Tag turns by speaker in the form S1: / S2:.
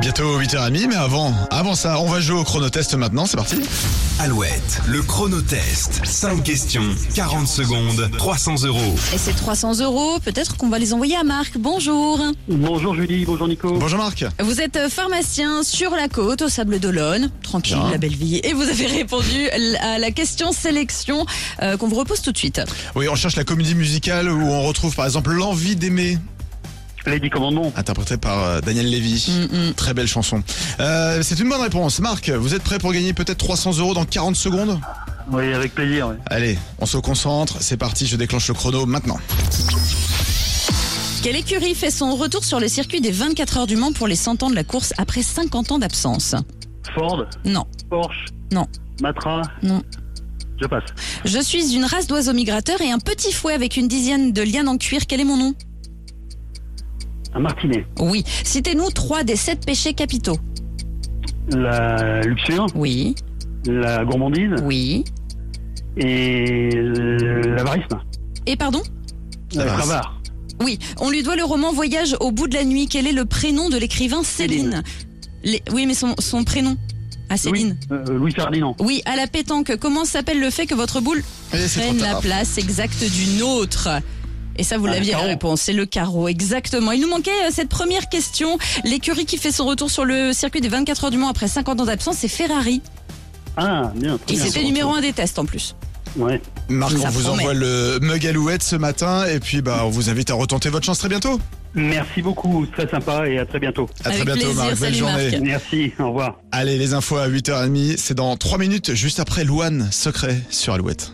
S1: Bientôt 8h30, mais avant, avant ça, on va jouer au chronotest maintenant, c'est parti
S2: Alouette, le chronotest. 5 questions, 40 secondes, 300 euros.
S3: Et ces 300 euros, peut-être qu'on va les envoyer à Marc. Bonjour.
S4: Bonjour Julie, bonjour Nico.
S1: Bonjour Marc
S3: Vous êtes euh, pharmacien sur la côte, au Sable d'Olonne. Tranquille,
S1: Bien.
S3: la belle vie. Et vous avez répondu à la question sélection euh, qu'on vous repose tout de suite.
S1: Oui, on cherche la comédie musicale où on retrouve par exemple L'envie d'aimer,
S4: Les 10 commandements.
S1: interprétée par euh, Daniel Lévy.
S3: Mm,
S1: Très belle chanson. Euh, c'est une bonne réponse. Marc, vous êtes prêt pour gagner peut-être 300 euros dans 40 secondes
S4: Oui, avec plaisir. ouais.
S1: Allez, on se concentre, c'est parti, je déclenche le chrono maintenant.
S3: Quelle écurie fait son retour sur le circuit des 24 heures du Mans pour les 100 ans de la course après 50 ans d'absence
S4: Ford,
S3: Non,
S4: Porsche,
S3: non,
S4: Matra,
S3: non.
S4: je passe.
S3: Je suis une race d'oiseaux migrateurs et un petit fouet avec une dizaine de lianes en cuir. Quel est mon nom
S4: Un martinet.
S3: Oui. Citez-nous trois des sept péchés capitaux.
S4: La luxure,
S3: Oui,
S4: la gourmandise
S3: oui.
S4: et l'avarisme.
S3: Et pardon
S4: La
S1: L'avarice.
S4: bavard.
S3: Oui, on lui doit le roman Voyage au bout de la nuit. Quel est le prénom de l'écrivain Céline Les- Oui, mais son, son prénom à Céline.
S4: Louis, euh, Louis Ferdinand.
S3: Oui. à la pétanque. Comment s'appelle le fait que votre boule
S1: Et c'est trop
S3: prenne la
S1: tard.
S3: place exacte d'une autre et ça, vous
S4: Ah, le
S3: l'aviez la
S4: carreau.
S3: réponse, c'est le carreau, exactement. Il nous manquait euh, cette première question. L'écurie qui fait son retour sur le circuit des 24 heures du Mans après 50 ans d'absence, c'est Ferrari.
S4: Ah, bien.
S3: Et
S4: bien.
S3: c'était numéro un des tests en plus.
S4: Ouais.
S1: Marc, on
S3: Ça
S1: vous
S3: promet.
S1: envoie le mug alouette ce matin et puis bah on vous invite à retenter votre chance très bientôt.
S4: Merci beaucoup, très sympa et à très bientôt.
S1: À très
S3: Avec
S1: bientôt
S3: plaisir,
S1: Marc, belle
S3: salut,
S1: journée.
S3: Marc.
S4: Merci, au revoir.
S1: Allez, les infos à 8h30, c'est dans 3 minutes, juste après Louane Secret sur Alouette.